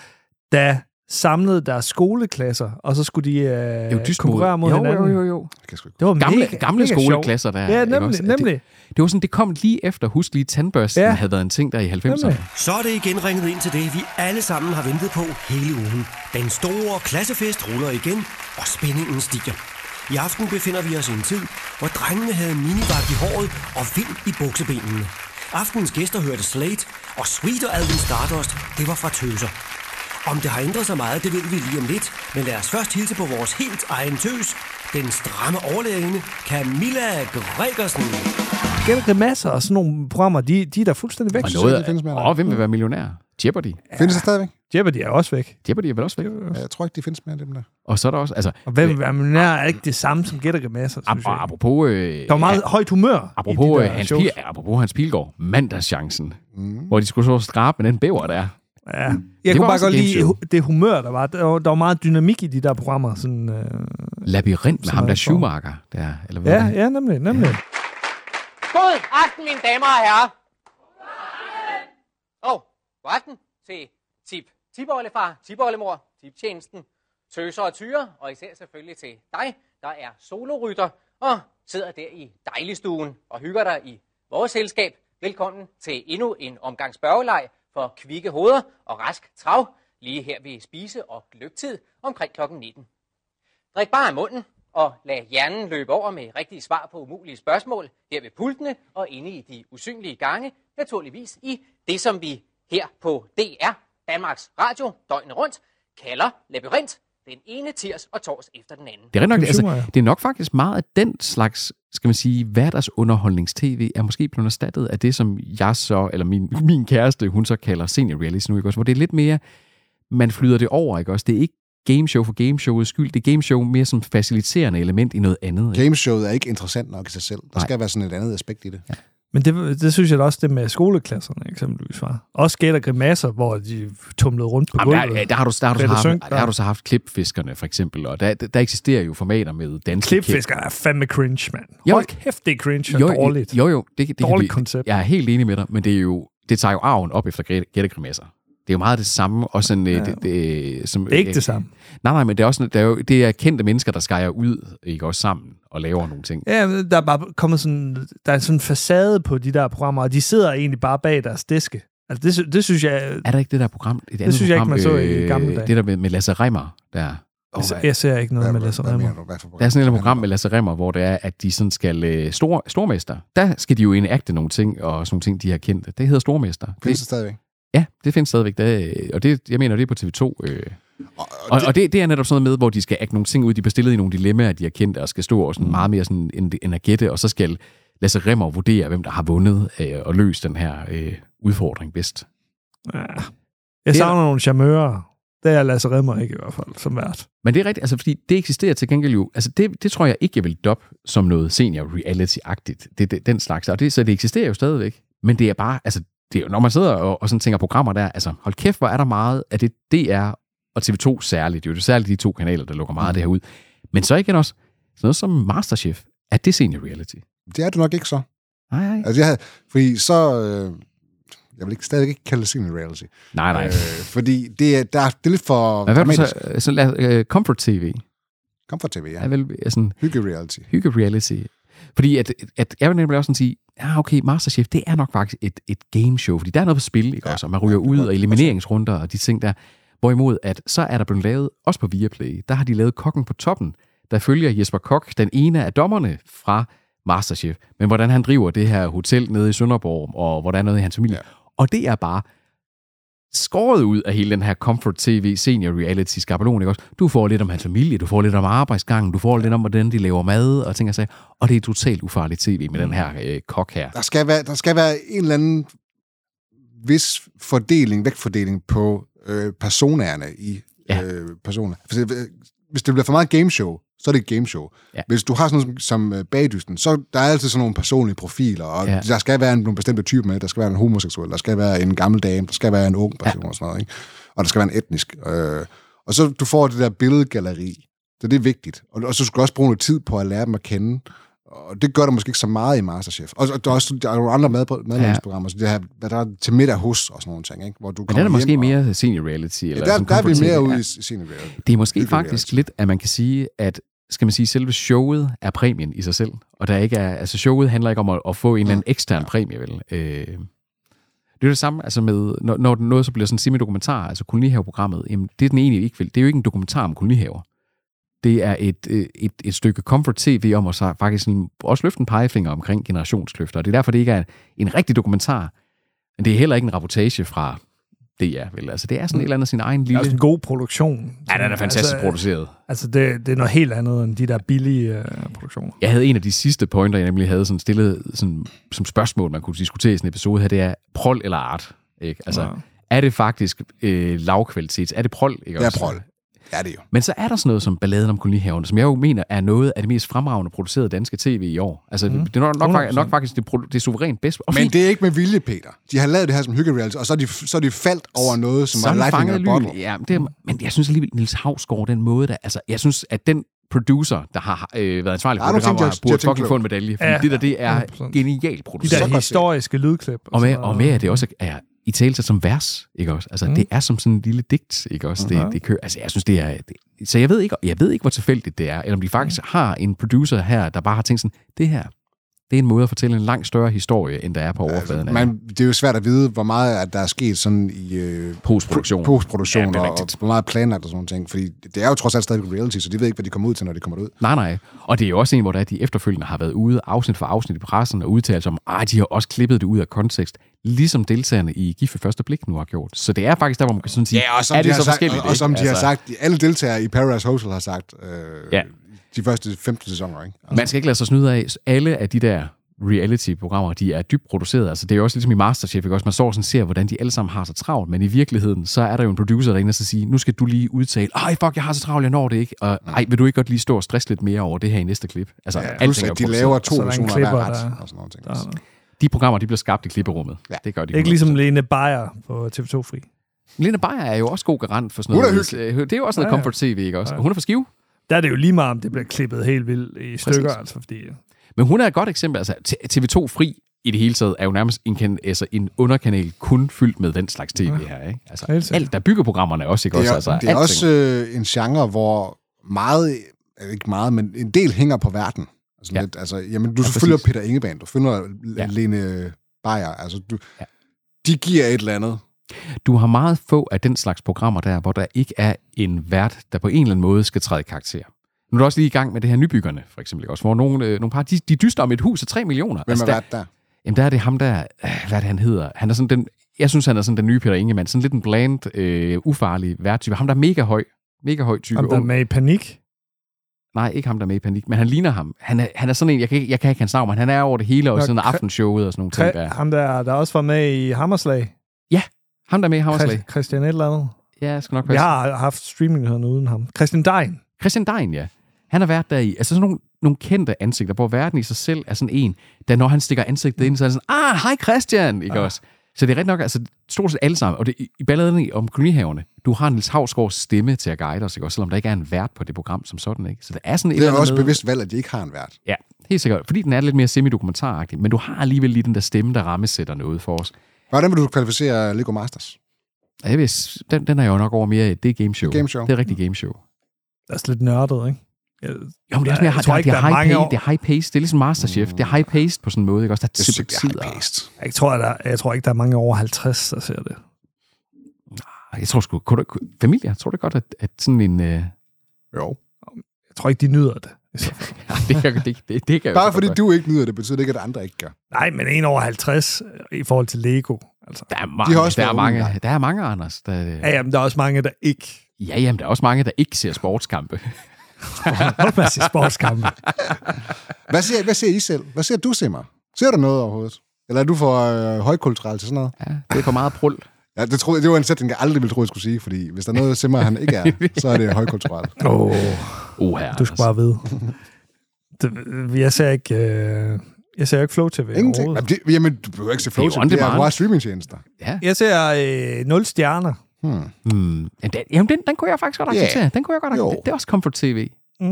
Speaker 2: da samlede deres skoleklasser, og så skulle de øh,
Speaker 1: jo dystopisk.
Speaker 2: konkurrere mod
Speaker 1: jo,
Speaker 2: hinanden.
Speaker 1: Jo, jo, jo.
Speaker 3: Jeg kan sgu ikke.
Speaker 2: Det var
Speaker 1: Gamle,
Speaker 2: mega,
Speaker 1: gamle
Speaker 2: mega
Speaker 1: skoleklasser der.
Speaker 2: Sjov. Ja,
Speaker 1: ikke
Speaker 2: nemlig,
Speaker 1: også? At
Speaker 2: nemlig.
Speaker 1: Det, det var sådan, det kom lige efter, husk lige, tandbørsten ja.
Speaker 2: Ja.
Speaker 1: havde været en ting der i 90'erne.
Speaker 2: Nemlig.
Speaker 5: Så er det igen ringet ind til det, vi alle sammen har ventet på hele ugen. Den store klassefest ruller igen, og spændingen stiger. I aften befinder vi os i en tid, hvor drengene havde minivagt i håret og vind i buksebenene. Aftenens gæster hørte Slate, og Sweet og Alvin Stardust, det var fra Tøser. Om det har ændret sig meget, det ved vi lige om lidt, men lad os først hilse på vores helt egen tøs, den stramme overlægende Camilla Gregersen.
Speaker 2: Gælder masser og sådan nogle programmer, de, de er der fuldstændig væk.
Speaker 1: Og
Speaker 3: synes
Speaker 1: noget
Speaker 3: ikke, det findes mere,
Speaker 1: af,
Speaker 3: nej.
Speaker 1: åh, hvem
Speaker 2: Mm.
Speaker 1: vil være millionær? Jeopardy.
Speaker 3: Findes det stadigvæk?
Speaker 2: Jeopardy er også væk.
Speaker 1: Jeopardy er vel også væk?
Speaker 3: Ja, jeg tror ikke, de findes mere, dem der.
Speaker 1: Og så er der også, altså,
Speaker 2: Og hvem er man er ikke det samme som Gætter masser,
Speaker 1: ap-
Speaker 2: synes
Speaker 1: og
Speaker 2: jeg.
Speaker 1: apropos... Øh,
Speaker 2: Der var meget højt humør i
Speaker 1: Apropos,
Speaker 2: de
Speaker 1: øh,
Speaker 2: der
Speaker 1: Hans
Speaker 2: shows.
Speaker 1: Pil, apropos Hans Pilgaard, mandagschancen, mm. hvor de skulle så skrabe med den bæver, der er.
Speaker 2: Ja. Jeg
Speaker 1: Mm. var
Speaker 2: kunne bare
Speaker 1: også
Speaker 2: godt
Speaker 1: et
Speaker 2: lide
Speaker 1: gameshow.
Speaker 2: hu- det humør, der var. Der var, der var meget dynamik i de der programmer. Sådan, øh...
Speaker 1: Labyrint med
Speaker 2: Som
Speaker 1: ham der
Speaker 2: er en form.
Speaker 1: Schumacher, der, eller hvad
Speaker 2: Ja,
Speaker 1: ja, ja.
Speaker 2: ja, nemlig, nemlig.
Speaker 6: God aften, mine damer og herrer. Åh, oh, god aften til Tip Tibolefar, Tibolemor, Tiptjenesten, Tøser og Tyre, og især selvfølgelig til dig, der er solorytter og sidder der i dejligstuen og hygger dig i vores selskab. Velkommen til endnu en omgang spørgeleg for kvikke hoveder og rask trav, lige her ved spise- og gløbtid omkring kl. 19. Drik bare af munden, og lad hjernen løbe over med rigtige svar på umulige spørgsmål her ved pultene og inde i de usynlige gange, naturligvis i det, som vi her på DR, Danmarks Radio, døgnet rundt, kalder labyrint den ene tirs og tors efter den anden.
Speaker 1: Det er, rigtig nok,
Speaker 2: Kim
Speaker 1: altså,
Speaker 2: Schumacher.
Speaker 1: det er nok faktisk meget af den slags, skal man sige, hverdagsunderholdningstv er måske blevet erstattet af det, som jeg så, eller min, min kæreste, hun så kalder senior reality nu, ikke også? Hvor det er lidt mere, man flyder det over, ikke også? Det er ikke gameshow for gameshowets skyld, det er gameshow mere som faciliterende element i noget andet. Ikke?
Speaker 3: Gameshowet er ikke interessant nok i sig selv. Der skal være sådan et andet aspekt i det. Ja.
Speaker 2: Men det, det synes jeg da også, det med skoleklasserne eksempelvis var. Også Gætter grimasser, hvor de tumlede rundt på
Speaker 1: Jamen, der,
Speaker 2: gulvet.
Speaker 1: der, har du, der, har du så
Speaker 2: Peter
Speaker 1: haft,
Speaker 2: Sønck,
Speaker 1: der har du så haft klipfiskerne, for eksempel, og der, der eksisterer jo formater med danske klip.
Speaker 2: Klipfisker er fandme cringe, mand.
Speaker 1: Jo.
Speaker 2: Hold kæft, det er cringe og
Speaker 1: Jo,
Speaker 2: dårligt.
Speaker 1: Jo, jo. Det, det
Speaker 2: Dårligt
Speaker 1: kan vi-
Speaker 2: koncept.
Speaker 1: Jeg er helt enig med dig, men det, er jo, det tager jo arven op efter gæt- gættegrimasser. Det er jo meget det samme. Og sådan, ja. det, det, øh, som, Øh,
Speaker 2: Det er ikke det samme.
Speaker 1: Nej, nej, men det er, også, sådan- det er jo det er kendte mennesker, der skærer ud ikke, også sammen og laver nogle ting.
Speaker 2: Ja, men der er bare kommet sådan, der er sådan en facade på de der programmer, og de sidder egentlig bare bag deres diske. Altså, det, sy- det synes jeg,
Speaker 1: Er der ikke det der program? Et andet
Speaker 2: synes jeg ikke,
Speaker 1: program, øh,
Speaker 2: man så i gamle dage.
Speaker 1: Det der med, med Lasse Remmer, der... Oh,
Speaker 2: oh, jeg ser ikke noget med Lasse Remmer.
Speaker 1: Der er sådan et program med Lasse Remmer, hvor det er, at de sådan skal... Øh, stor, stormester. Der skal de jo enacte nogle ting, og sådan nogle ting, de har kendt. Det hedder Stormester.
Speaker 3: Findes
Speaker 1: Det,
Speaker 3: det stadigvæk?
Speaker 1: ja, det findes stadigvæk. Det, øh, og det, jeg mener, det er på TV2. Øh, Og, og det, det er netop sådan noget med, hvor de skal agte nogle ting ud, de bliver stillet i nogle dilemmaer, de har kendt, og skal stå og sådan meget mere sådan en, en at gætte, og så skal Lasse Remmer vurdere, hvem der har vundet øh, og løst den her øh, udfordring bedst.
Speaker 2: Ja. Jeg savner nogle charmører. Det er Lasse Remmer ikke i hvert fald, som vært.
Speaker 1: Men det er rigtigt, altså fordi det eksisterer til gengæld jo, altså det, det tror jeg ikke, jeg vil dop som noget senior reality-agtigt, det, det, den slags, og det, så det eksisterer jo stadigvæk, men det er bare, altså det er, jo- når man sidder og, og sådan tænker programmer der, altså hold kæft, hvor er der meget af det DR og TV2 særligt, det er jo særligt de to kanaler, der lukker meget af det her ud, men så igen også, sådan noget som Masterchef, er det senior reality?
Speaker 3: Det er det nok ikke så.
Speaker 1: Nej, nej.
Speaker 3: Altså, jeg havde, fordi så... Øh, jeg vil ikke, stadig ikke kalde det senior reality.
Speaker 1: Nej, nej.
Speaker 3: Øh, fordi det, er, der, er- det er lidt for
Speaker 1: Men hvad er
Speaker 3: dramatisk.
Speaker 1: så, så lad, uh, comfort TV
Speaker 3: Comfort TV,
Speaker 1: er
Speaker 3: ja.
Speaker 1: vel øh, sådan
Speaker 3: Hygge-reality.
Speaker 1: hygge reality. Fordi at, at jeg vil nemlig også sådan sige, ja okay, Masterchef, det er nok faktisk et, et gameshow, fordi der er noget på spil, ikke ja, også? Og man ryger ud og elimineringsrunder og de ting der. Hvorimod, at så er der blevet lavet, også på Viaplay, der har de lavet Kokken på toppen, der følger Jesper Kok, den ene af dommerne fra Masterchef, men hvordan han driver det her hotel nede i Sønderborg, og hvordan noget i hans familie. Ja. Og det er bare skåret ud af hele den her comfort tv senior reality skabelon, ikke også? Du får lidt om hans familie, du får lidt om arbejdsgangen, du får lidt om, hvordan de laver mad og ting og sager. Og det er totalt ufarligt tv med den her øh, kok her.
Speaker 3: Der skal, være, der skal være en eller anden vis fordeling, vægtfordeling på øh, personerne i
Speaker 1: Ja.
Speaker 3: ja. øh, personer. For, øh, hvis det bliver for meget gameshow, så er det et gameshow.
Speaker 1: Ja.
Speaker 3: Ja. Hvis du har sådan noget som, som øh, bagdysten, så der er altid sådan nogle personlige profiler, og
Speaker 1: Ja.
Speaker 3: ja. der skal være en, nogle bestemte typer med, der skal være en homoseksuel, der skal være en gammel dame, der skal være en ung person ja. og sådan noget, ikke? og der skal være en etnisk. Øh, og så du får det der billedgalleri, så det er vigtigt. Og, og så skal du også bruge noget tid på at lære dem at kende, Og det gør der måske ikke så meget i Masterchef. Og, og der, er også, der er jo andre mad, madlavningsprogrammer, så det her, hvad der er til middag hos og sådan nogle ting, ikke? hvor du
Speaker 1: Men der er der
Speaker 3: hjem
Speaker 1: måske
Speaker 3: og-
Speaker 1: mere senior reality. Eller
Speaker 3: Ja, der,
Speaker 1: sådan
Speaker 3: der er vi
Speaker 1: konfronterende.
Speaker 3: mere
Speaker 1: Ja.
Speaker 3: ude i senior reality.
Speaker 1: Det er måske
Speaker 3: Hyggeligt
Speaker 1: faktisk
Speaker 3: reality.
Speaker 1: lidt, at man kan sige, at skal man sige, selve showet er præmien i sig selv, og der ikke er, altså showet handler ikke om at, at få en eller anden ekstern præmie, vel? Øh, det er det samme altså med, når, når den- noget så bliver sådan semi-dokumentar, altså kolonihaveprogrammet, jamen det er den egentlig ikke vil. Det er jo ikke en dokumentar om kolonihaver. Det er et, øh, et, et stykke comfort tv om at så faktisk sådan, også løfte en pegefinger omkring generationsløfter, og det er derfor, det ikke er en rigtig dokumentar, men det er heller ikke en rapportage fra DR, vel? Altså det er sådan et eller andet sin egen
Speaker 2: Det er
Speaker 1: lille...
Speaker 2: også en god produktion.
Speaker 1: Ja, den er fantastisk
Speaker 2: altså,
Speaker 1: produceret.
Speaker 2: Altså, det, det er noget helt andet end de der billige øh, produktioner.
Speaker 1: Jeg havde en af de sidste pointer, jeg nemlig havde sådan stillet sådan, som spørgsmål, man kunne diskutere i sådan en episode her, det er prol eller art. Ikke? Altså,
Speaker 2: Ja.
Speaker 1: ja. er det faktisk øh, lavkvalitet? Er det prol? Ikke
Speaker 3: Ja,
Speaker 1: også?
Speaker 3: prol. Ja, det er jo.
Speaker 1: Men så er der sådan noget som Balladen om kolonihaverne, som jeg jo mener er noget af det mest fremragende producerede danske tv i år. Altså, mm. det er nok, nok, fak-
Speaker 2: 100%.
Speaker 1: nok faktisk det, produ- det er suverænt bedst. Og
Speaker 3: Men
Speaker 1: fordi-
Speaker 3: det er ikke med vilje, Peter. De har lavet det her som hygge-reality, og så er de, så er de faldt over noget, som
Speaker 1: så
Speaker 3: var
Speaker 1: er den
Speaker 3: lightning in
Speaker 1: fanget
Speaker 3: a bottle.
Speaker 1: lyn. Ja, men det er, men jeg synes alligevel, Nils Havsgaard, den måde, der, altså, jeg synes, at den producer, der har øh, været ansvarlig for
Speaker 3: Ja, du
Speaker 1: det,
Speaker 3: tænkte, jeg- jeg
Speaker 1: burde
Speaker 3: tænkte
Speaker 1: fucking få en medalje, fordi
Speaker 2: Ja,
Speaker 1: ja, det der, det er
Speaker 2: 100%.
Speaker 1: genialt
Speaker 2: De
Speaker 1: produceret.
Speaker 2: der historiske lydklip.
Speaker 1: Og med,
Speaker 2: sådan noget.
Speaker 1: og med, at det også er i tale som vers, ikke også? Altså, mm. det er som sådan en lille digt, ikke også? Det, det kører, altså, jeg synes, det er... Det, så jeg ved, ikke, jeg ved ikke, hvor tilfældigt det er, eller om de faktisk har en producer her, der bare har tænkt sådan, det her, det er en måde at fortælle en langt større historie, end der er på overfladen af
Speaker 3: Man, det er jo svært at vide, hvor meget at der er sket sådan i øh,
Speaker 1: postproduktion.
Speaker 3: postproduktion,
Speaker 1: Ja, det er
Speaker 3: og, og
Speaker 1: rigtigt.
Speaker 3: hvor meget planlagt og sådan nogle ting. Fordi det er jo trods alt stadig reality, så de ved ikke, hvad de kommer ud til, når de kommer ud.
Speaker 1: Nej, nej. Og det er jo også en, hvor der er, de efterfølgende har været ude afsnit for afsnit i pressen og udtalt sig om, at de har også klippet det ud af kontekst, ligesom deltagerne i Gift ved første blik nu har gjort. Så det er faktisk der, hvor man kan sådan sige, er
Speaker 3: de
Speaker 1: det
Speaker 3: har
Speaker 1: så
Speaker 3: sagt,
Speaker 1: forskelligt?
Speaker 3: Og, og som
Speaker 1: ikke? Altså,
Speaker 3: de har sagt, alle deltagere i Paradise Hotel har sagt, øh,
Speaker 1: Ja.
Speaker 3: de første 15 sæsoner, ikke?
Speaker 1: Man skal ikke lade sig snyde af. Alle af de der reality-programmer, de er dybt produceret. Altså, det er jo også ligesom i Masterchef, ikke? Også man står og sådan ser, hvordan de alle sammen har så travlt, men i virkeligheden, så er der jo en producer, der er inde og så siger, nu skal du lige udtale, ej fuck, jeg har så travlt, jeg når det ikke, og ej, vil du ikke godt lige stå og stresse lidt mere over det her i næste klip? Altså,
Speaker 3: Mm. Ja,
Speaker 1: ja,
Speaker 3: plus, at de laver to
Speaker 2: Så er der en
Speaker 3: versioner af
Speaker 2: klipper,
Speaker 3: hver ret,
Speaker 2: der-
Speaker 3: og sådan nogle ting.
Speaker 1: De programmer, de bliver skabt i klipperummet.
Speaker 3: Ja.
Speaker 1: Ja. Det gør de.
Speaker 2: Ikke ligesom Lene Beyer på TV2 Fri.
Speaker 1: Lena Beyer er jo også god garant for sådan
Speaker 3: Hun er
Speaker 1: noget. øh, Det er jo også noget
Speaker 2: Ja, ja.
Speaker 1: comfort TV, ikke også? Og Hun er fra Skive.
Speaker 2: Der er det jo lige meget, om det bliver klippet helt vildt i stykker, Præcis. altså, fordi...
Speaker 1: Men hun er et godt eksempel. Altså, T- TV2 Fri i det hele taget er jo nærmest en, kan- altså, en underkanal kun fyldt med den slags tv her. Ikke?
Speaker 2: Helt
Speaker 1: Altså,
Speaker 2: sikkert.
Speaker 1: alt, der bygger programmerne også, ikke?
Speaker 3: Det er,
Speaker 1: også, altså,
Speaker 3: det er
Speaker 1: alting.
Speaker 3: også øh, en genre, hvor meget, eh, ikke meget, men en del hænger på verden. Altså, ja.
Speaker 1: Ja.
Speaker 3: lidt, altså, jamen, du
Speaker 1: Ja,
Speaker 3: ja, følger
Speaker 1: præcis.
Speaker 3: Peter Ingemann, du følger ja.
Speaker 1: Ja.
Speaker 3: Lene Beyer, altså du, ja.
Speaker 1: Ja.
Speaker 3: de giver et eller andet.
Speaker 1: Du har meget få af den slags programmer der, hvor der ikke er en vært, der på en eller anden måde skal træde i karakter. Nu er du også lige i gang med det her nybyggerne, for eksempel, ikke også, hvor nogle, øh, nogle par, de, de dyster om et hus af 3 millioner.
Speaker 3: Hvem altså, er
Speaker 1: der,
Speaker 3: vært der?
Speaker 1: Jamen, der er det ham der, øh, hvad er det, han hedder? Han er sådan den, jeg synes, han er sådan den nye Peter Ingemann. Sådan lidt en bland, øh, ufarlig værttype. Ham, der er mega høj. Mega høj type.
Speaker 2: Om der er
Speaker 1: ung.
Speaker 2: med i panik.
Speaker 1: Nej, ikke ham, der er med i panik, men han ligner ham. Han er, han er sådan en, jeg kan, ikke- jeg kan ikke hans navn, men han er over det hele, og
Speaker 2: Nå,
Speaker 1: sådan
Speaker 2: Kre-
Speaker 1: aftenshowet og sådan nogle ting.
Speaker 2: Kre-
Speaker 1: Der.
Speaker 2: ham, der, der også var med i Hammerslag.
Speaker 1: Ham, der er med i Hammerslag.
Speaker 2: Christ- Christian et eller andet.
Speaker 1: Ja, jeg skal nok
Speaker 2: Jeg
Speaker 1: passe.
Speaker 2: har haft streamingheden uden ham. Christian Dein.
Speaker 1: Christian Dein, ja. Han har været der i, altså sådan nogle, nogle kendte ansigter, hvor verden i sig selv er sådan en, da når han stikker ansigtet ind, så er det sådan, ah, hej Christian, ikke også? Så det er rigtig nok, altså stort set alle sammen, og det, i- i balladerne om kolonihaverne, du har Niels Havsgaards stemme til at guide os, ikke også? Selvom der ikke er en vært på det program som sådan, ikke? Så der er sådan et
Speaker 3: Det
Speaker 1: eller
Speaker 3: er
Speaker 1: andet
Speaker 3: også et
Speaker 1: med-
Speaker 3: bevidst valg, at de ikke har en vært.
Speaker 1: Ja, helt sikkert. Fordi den er lidt mere semi-dokumentaragtig, men du har alligevel lige den der stemme, der rammesætter noget for os.
Speaker 3: Hvordan vil du kvalificere Lego Masters?
Speaker 1: Og Jeg vil, s- den, den er jeg jo nok over mere, det er gameshow.
Speaker 3: Game show.
Speaker 1: Det er rigtig gameshow.
Speaker 2: Det er også lidt nørdet, ikke? Jeg,
Speaker 1: Jo, men det er, sådan,
Speaker 2: Jeg
Speaker 1: jeg, har,
Speaker 2: tror
Speaker 1: det,
Speaker 2: ikke,
Speaker 1: det, er
Speaker 2: der er
Speaker 1: high
Speaker 2: mange
Speaker 1: pace,
Speaker 2: år.
Speaker 1: det er high pace. Det er ligesom Masterchef. Det er high pace på sådan en måde, ikke? Også der
Speaker 3: Jeg synes ikke, det er
Speaker 1: tid-
Speaker 3: high-paced.
Speaker 2: jeg, tror, at der, jeg tror ikke, der er mange over 50, der ser det.
Speaker 1: Jeg tror sgu, kunne, kunne, familie, jeg tror det godt, at, at sådan en... Øh,
Speaker 3: Jo.
Speaker 2: Jeg tror ikke, de nyder det. i så fald.
Speaker 1: ja, det, kan, det, det, det kan jeg jo
Speaker 3: Bare
Speaker 1: så
Speaker 3: fordi
Speaker 1: godt.
Speaker 3: du ikke nyder det, betyder det ikke, at andre ikke gør.
Speaker 2: Nej, men en over 50 i forhold til Lego. Altså.
Speaker 1: Der er mange,
Speaker 3: har
Speaker 1: der,
Speaker 3: også
Speaker 1: er
Speaker 3: været
Speaker 1: mange,
Speaker 3: unge,
Speaker 1: der er mange, Anders. Der,
Speaker 2: Ja, ja, men der er også mange, der ikke
Speaker 1: ja, jamen, der er også mange, der ikke ser sportskampe.
Speaker 2: holder med til sportskampe.
Speaker 3: Hvad ser, hvad ser I selv? Hvad ser du, Simmer? Ser du noget overhovedet? Eller er du for øh, højkulturel til sådan noget?
Speaker 1: Ja, det er for meget prul.
Speaker 3: Ja, det, troede, det var en sætning, jeg aldrig ville tro, jeg skulle sige, fordi hvis der er noget, Simmer han ikke er, så er det højkulturelt.
Speaker 2: Åh, oh,
Speaker 1: Oh, her,
Speaker 2: du skal bare vide. Det, jeg ser ikke... Øh, jeg ser ikke Flow TV
Speaker 3: Ingenting.
Speaker 2: overhovedet.
Speaker 3: Jamen, det, jamen, du behøver ikke se
Speaker 1: er jo
Speaker 3: Flow
Speaker 1: on
Speaker 3: TV, det er
Speaker 1: demand.
Speaker 3: bare streamingtjenester.
Speaker 1: Ja.
Speaker 2: Jeg ser øh, 0 stjerner.
Speaker 1: Hmm. Jamen, den, jamen den, den kunne jeg faktisk godt
Speaker 3: Ja.
Speaker 1: acceptere. Den kunne jeg godt
Speaker 3: Jo.
Speaker 1: acceptere. Det er også comfort TV.
Speaker 2: Hvad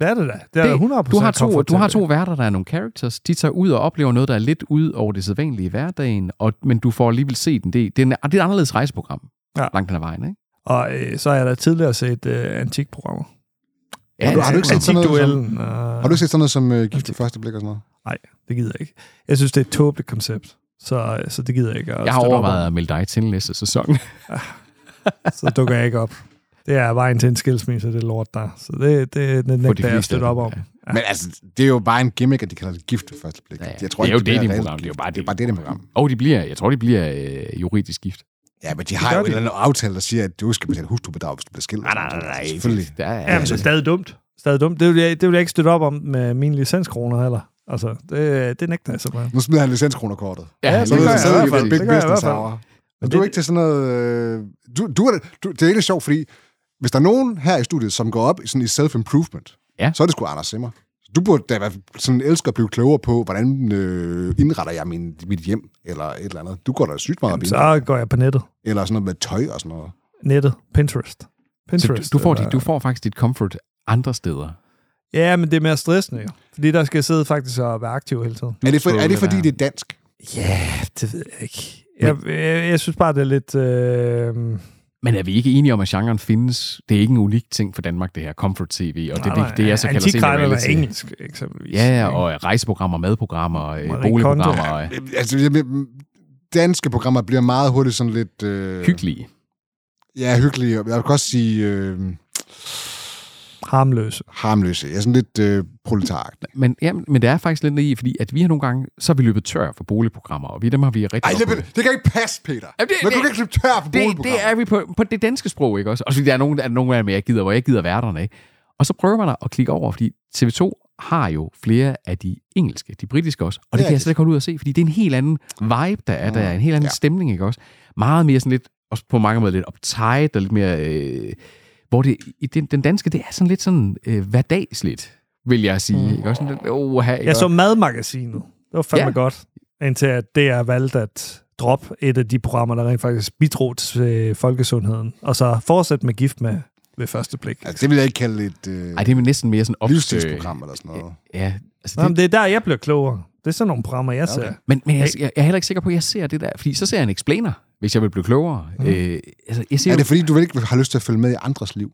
Speaker 2: er det da? Det er
Speaker 1: Det-
Speaker 2: 100
Speaker 1: du har, to, du har to værter, der er nogle characters. De tager ud og oplever noget, der er lidt ud over det sædvanlige i hverdagen, og, men du får alligevel set den. Det, det, er, en, det er et anderledes rejseprogram
Speaker 2: Ja.
Speaker 1: ja. langt hen ad vejen. Ikke?
Speaker 2: Og øh, så har jeg da tidligere set øh, antikprogrammer.
Speaker 1: Ja,
Speaker 3: du- har du ikke set sådan noget som-
Speaker 2: Antikduellen. og-
Speaker 3: Har du set sådan noget som øh, gift ved første blik og sådan noget?
Speaker 2: Nej, det gider jeg ikke. Jeg synes, det er et tåbeligt koncept. Så, så det gider jeg ikke. at
Speaker 1: jeg har
Speaker 2: støtte op om.
Speaker 1: overvejet at melde dig til næste sæson.
Speaker 2: så dukker jeg ikke op. Det er vejen til en skilsmisse, det lort der. Så det, det, det nægter jeg at
Speaker 1: fleste
Speaker 2: støtte
Speaker 1: af
Speaker 2: op
Speaker 1: dem,
Speaker 2: om.
Speaker 1: ja.
Speaker 3: Ja. Men altså, det er jo bare en gimmick, at de kalder det gift ved første blik.
Speaker 1: Ja, ja.
Speaker 3: Jeg tror
Speaker 1: det er
Speaker 3: ikke,
Speaker 1: jo datingprogram.
Speaker 3: datingprogram.
Speaker 1: Det er jo bare
Speaker 3: det er bare datingprogram.
Speaker 1: Og de bliver, jeg tror, de bliver øh, juridisk gift.
Speaker 3: Ja, men de har
Speaker 2: gør
Speaker 3: jo en
Speaker 2: de.
Speaker 3: eller anden aftale, der siger, at du skal betale husdubedrag, hvis du bliver skilt. Nej, Selvfølgelig.
Speaker 1: Der er,
Speaker 2: Ja, men det er stadig dumt. Stadig dumt. Det vil, jeg, det vil jeg ikke støtte op om med mine licenskroner heller. Altså, det, det nægter jeg simpelthen.
Speaker 3: Nu smider han licenskronerkortet.
Speaker 2: Ja,
Speaker 3: Så
Speaker 2: det
Speaker 3: ved
Speaker 2: gør
Speaker 3: du,
Speaker 2: jeg
Speaker 3: så
Speaker 2: i
Speaker 3: ved
Speaker 2: hvert
Speaker 3: vi, at
Speaker 2: fald.
Speaker 3: Big
Speaker 2: Det gør jeg i
Speaker 3: Business
Speaker 2: hvert fald.
Speaker 3: Tower. Men
Speaker 2: Men
Speaker 3: du er
Speaker 2: det-
Speaker 3: ikke til sådan noget... øh, Du, du, er, du, det er egentlig sjovt, fordi hvis der er nogen her i studiet, som går op i, sådan i self-improvement,
Speaker 1: Ja.
Speaker 3: så er det sgu Anders Zimmer. Du burde da være sådan elsker at blive klogere på, hvordan øh, indretter jeg min, mit hjem, eller et eller andet. Du går da sygt meget op i det.
Speaker 2: Så går jeg på nettet.
Speaker 3: Eller sådan noget med tøj og sådan noget.
Speaker 2: Nettet. Pinterest.
Speaker 1: så
Speaker 2: Pinterest.
Speaker 1: du, du, får
Speaker 2: eller-
Speaker 1: dit, du får faktisk dit comfort andre steder.
Speaker 2: Ja, men det er mere stressende jo. Fordi der skal jeg sidde faktisk og være aktiv hele tiden.
Speaker 3: Er det, for, er det fordi,
Speaker 1: der.
Speaker 3: det er dansk?
Speaker 2: Ja, det ved jeg ikke. Jeg, jeg, jeg synes bare, det er lidt... Øh,
Speaker 1: Men er vi ikke enige om, at genren findes? Det er ikke en unik ting for Danmark, det her comfort tv, og det, er det, det jeg så kalder senior
Speaker 2: Antikrejlerne er
Speaker 1: reality.
Speaker 2: engelsk, eksempelvis.
Speaker 1: Ja, ja,
Speaker 2: Ikke?
Speaker 1: og øh, rejseprogrammer, madprogrammer, øh,
Speaker 2: Marie
Speaker 1: boligprogrammer, og, øh,
Speaker 3: Øh, Altså, jeg, jeg- danske programmer bliver meget hurtigt sådan lidt... Øh,
Speaker 1: hyggelige.
Speaker 3: Ja, hyggelige. og Jeg vil også sige øh,
Speaker 2: Harmløse.
Speaker 3: harmløse. Jeg er sådan lidt øh, proletar.
Speaker 1: Men, ja, men der er faktisk lidt noget i, fordi at vi har nogle gange, så er vi løbet tør for boligprogrammer, og vi, dem har vi rigtig
Speaker 3: Ej,
Speaker 1: godt
Speaker 3: det,
Speaker 1: med.
Speaker 3: det kan ikke passe, Peter.
Speaker 1: Jamen, det-
Speaker 3: Man
Speaker 1: det-
Speaker 3: kunne ikke klippe tør på
Speaker 1: det, det er vi på, på det danske sprog, ikke også? Og fordi der er nogle, der er nogle af dem, jeg gider, hvor jeg ikke gider værterne, ikke? Og så prøver man at- at klikke over, fordi TV2 har jo flere af de engelske, de britiske også, og det
Speaker 3: Ja,
Speaker 1: kan jeg
Speaker 3: det-
Speaker 1: slet ikke holde ud at se, fordi det er en helt anden vibe, der er, der er en helt anden
Speaker 3: Ja.
Speaker 1: ja. stemning, ikke også? Meget mere sådan lidt, også på mange måder lidt uptight, og lidt mere, øh, hvor det, i den, den danske, det er sådan lidt sådan øh, hverdagsligt, vil jeg sige, mm. ikke også? Sådan lidt, oh, hey,
Speaker 2: Jeg så Madmagasinet. Det var fandme
Speaker 1: Ja.
Speaker 2: ja. godt. Indtil at DR valgte at droppe et af de programmer, der rent faktisk bidrog til øh, folkesundheden. Og så fortsætte med gift med ved første blik.
Speaker 3: Altså, det vil jeg ikke kalde et øh,
Speaker 1: Ej, det er næsten mere sådan op...
Speaker 3: livsstilsprogram eller sådan noget.
Speaker 1: Ja, altså
Speaker 2: Nå, men det er der, jeg bliver klogere. Det er sådan nogle programmer, jeg ser.
Speaker 3: okay.
Speaker 1: Men, men jeg, jeg, jeg er heller ikke sikker på, at jeg ser det der. Fordi så ser jeg en explainer, hvis jeg vil blive klogere. Mm. Øh, altså, jeg ser
Speaker 3: Er
Speaker 1: jo,
Speaker 3: det fordi, du vel ikke har lyst til at følge med i andres liv?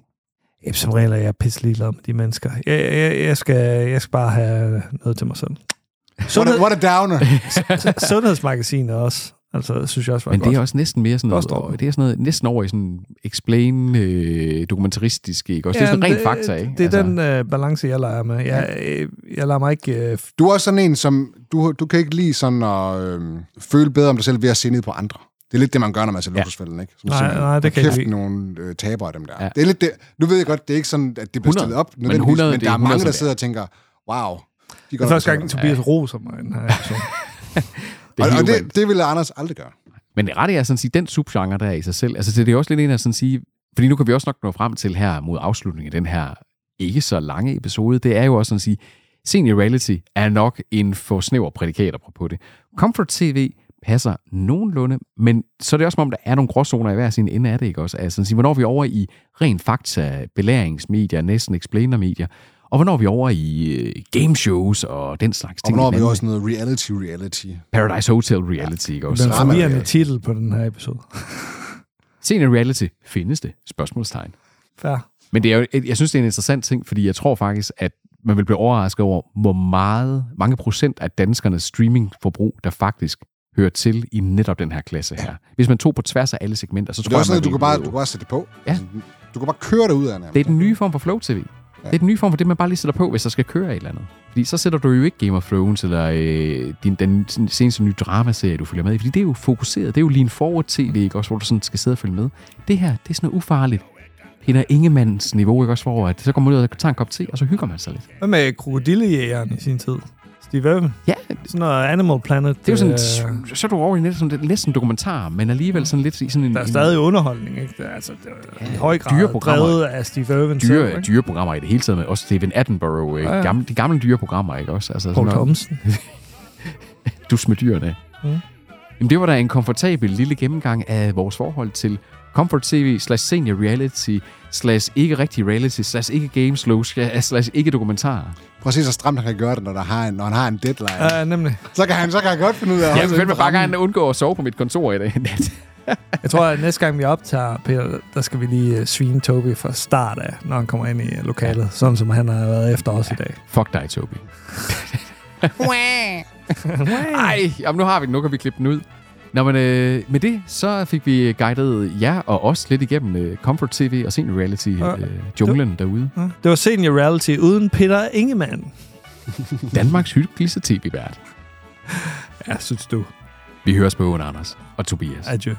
Speaker 2: Jamen, som regel er jeg pisse ligeglad om de mennesker. Jeg, jeg, jeg, skal, jeg skal bare have noget til mig selv.
Speaker 3: What a,
Speaker 2: Sundhed,
Speaker 3: what a downer.
Speaker 2: sundhedsmagasinet også. Altså, synes jeg også var
Speaker 1: men
Speaker 2: godt.
Speaker 1: det er også næsten mere sådan
Speaker 2: Godt
Speaker 1: noget,
Speaker 2: stoppet.
Speaker 1: og det er sådan noget, næsten over i sådan explain øh, dokumentaristisk, ikke? Også, Altså, det er
Speaker 2: Jamen,
Speaker 1: sådan rent fakta, ikke? Altså,
Speaker 2: Det er den øh, balance, jeg leger med. Jeg, øh, jeg lader mig ikke... Øh, f-
Speaker 3: Du er også sådan en, som... Du, du kan ikke lide sådan at øh, føle bedre om dig selv ved at se ned på andre. Det er lidt det, man gør, når man ser luksusfælden, ikke? Som
Speaker 2: Nej,
Speaker 3: simpelthen,
Speaker 2: nej, det
Speaker 3: "Hold
Speaker 2: kan jeg
Speaker 3: kæft,
Speaker 2: ikke
Speaker 3: nogle øh, tabere dem der. Ja.
Speaker 1: Ja.
Speaker 3: Det er lidt det. Nu ved jeg godt, det er ikke sådan, at det bliver
Speaker 1: 100,
Speaker 3: stillet op,
Speaker 1: men
Speaker 3: nødvendigvis,
Speaker 1: 100,
Speaker 3: men
Speaker 1: det
Speaker 3: der
Speaker 1: er
Speaker 3: er mange,
Speaker 1: 100,
Speaker 3: der
Speaker 1: som
Speaker 3: sidder og tænker, wow, de
Speaker 2: det
Speaker 3: går
Speaker 2: er første gang, Tobias ja. roser mig i den her episode.
Speaker 1: Det er
Speaker 3: og,
Speaker 1: helt
Speaker 3: og
Speaker 1: uvant.
Speaker 3: det, det ville Anders aldrig gøre.
Speaker 1: Men det rette er sådan at sige, den subgenre, der er i sig selv, altså det er også lidt en af sådan at sige, fordi nu kan vi også nok nå frem til her mod afslutningen af den her ikke så lange episode, det er jo også sådan at sige, senior reality er nok en for snæver prædikat apropos på det. Comfort TV passer nogenlunde, men så er det også som om, der er nogle gråzoner i hver sin ende af det, ikke også? Altså sådan at sige, hvornår er vi over i ren fakta, belæringsmedier, næsten explainer-medier, og hvornår er vi over i øh, gameshows og den slags
Speaker 3: Og
Speaker 1: ting.
Speaker 3: hvornår er vi
Speaker 1: hinanden?
Speaker 3: også noget reality-reality?
Speaker 1: Paradise Hotel Reality, ikke også?
Speaker 2: Den
Speaker 3: rammer
Speaker 2: forvirrende
Speaker 3: det.
Speaker 2: titel på den her episode.
Speaker 1: Senior reality, findes det? Spørgsmålstegn.
Speaker 2: Fair.
Speaker 1: Men det er jo, jeg synes, det er en interessant ting, fordi jeg tror faktisk, at man vil blive overrasket over, hvor meget, mange procent af danskernes streamingforbrug, der faktisk hører til i netop den her klasse her. Hvis man tog på tværs af alle segmenter, så
Speaker 3: Det er
Speaker 1: tror jeg,
Speaker 3: også noget, du
Speaker 1: man
Speaker 3: kan, bare, du
Speaker 1: ville-
Speaker 3: kan bare sætte det på.
Speaker 1: Ja.
Speaker 3: Altså, Du kan bare køre dig ud af nærmest.
Speaker 1: Det er den nye form for Flow TV. Det er den nye form for det, man bare lige sætter på, hvis der skal køre et eller andet. Fordi så sætter du jo ikke Game of Thrones eller øh, din, den seneste nye dramaserie, du følger med i. Fordi det er jo fokuseret. Det er jo lean forward TV, ikke? Også, hvor du sådan skal sidde og følge med. Det her, det er sådan noget ufarligt. Peter Ingemanns niveau, ikke? Også hvor at så går man ud og tager en kop te, og så hygger man sig lidt.
Speaker 2: Hvad med krokodillejægeren i sin tid? Steve Irwin.
Speaker 1: Ja,
Speaker 2: Sådan noget Animal Planet.
Speaker 1: det er jo sådan,
Speaker 2: øh,
Speaker 1: øh... så er du over i net, sådan, lidt- næsten dokumentar, men alligevel sådan lidt i sådan en...
Speaker 2: der er stadig underholdning, ikke? Det er, altså, det er i høj grad
Speaker 1: dyreprogrammer.
Speaker 2: drevet af Steve Irwin selv,
Speaker 1: dyre,
Speaker 2: ikke?
Speaker 1: dyreprogrammer i det hele taget, men også Steven Attenborough, ikke? Ja,
Speaker 2: Ja, ja.
Speaker 1: ja. Gamle, de gamle dyreprogrammer, ikke også? Altså,
Speaker 2: Paul
Speaker 1: sådan noget-
Speaker 2: Thomsen.
Speaker 1: dus met dyrene. Mm. Jamen, det var da en komfortabel lille gennemgang af vores forhold til Comfort TV, slash senior reality, slash ikke rigtig reality, slash ikke games low, slash ikke dokumentarer.
Speaker 3: Prøv at se, så stramt han kan gøre det, når, der har en, når han har en deadline.
Speaker 1: Øh.
Speaker 2: Ja, nemlig.
Speaker 3: Så, kan han, så kan han godt finde ud af... at
Speaker 1: Jeg vil
Speaker 3: holde sig
Speaker 1: fandme
Speaker 3: inden for
Speaker 1: bare
Speaker 3: rammen.
Speaker 1: gerne undgå at sove på mit kontor i dag.
Speaker 2: Jeg tror, at næste gang vi optager, Peter, der skal vi lige øh, svine Toby fra start af, når han kommer ind i øh, lokalet, sådan som han har været efter os i dag.
Speaker 1: Fuck dig, Tobi. Ej, jamen nu har vi den. Nu kan vi klippe den ud. Nå, men øh, med det, så fik vi guidet jer og os lidt igennem øh, Comfort TV og Mm. Senior Reality øh, junglen derude.
Speaker 2: Det var Senior Reality uden Peter Ingemann.
Speaker 1: Danmarks hyggeligste tv-vært.
Speaker 2: Ja, synes du.
Speaker 1: Vi høres på åen, Anders og Tobias.
Speaker 2: Adieu.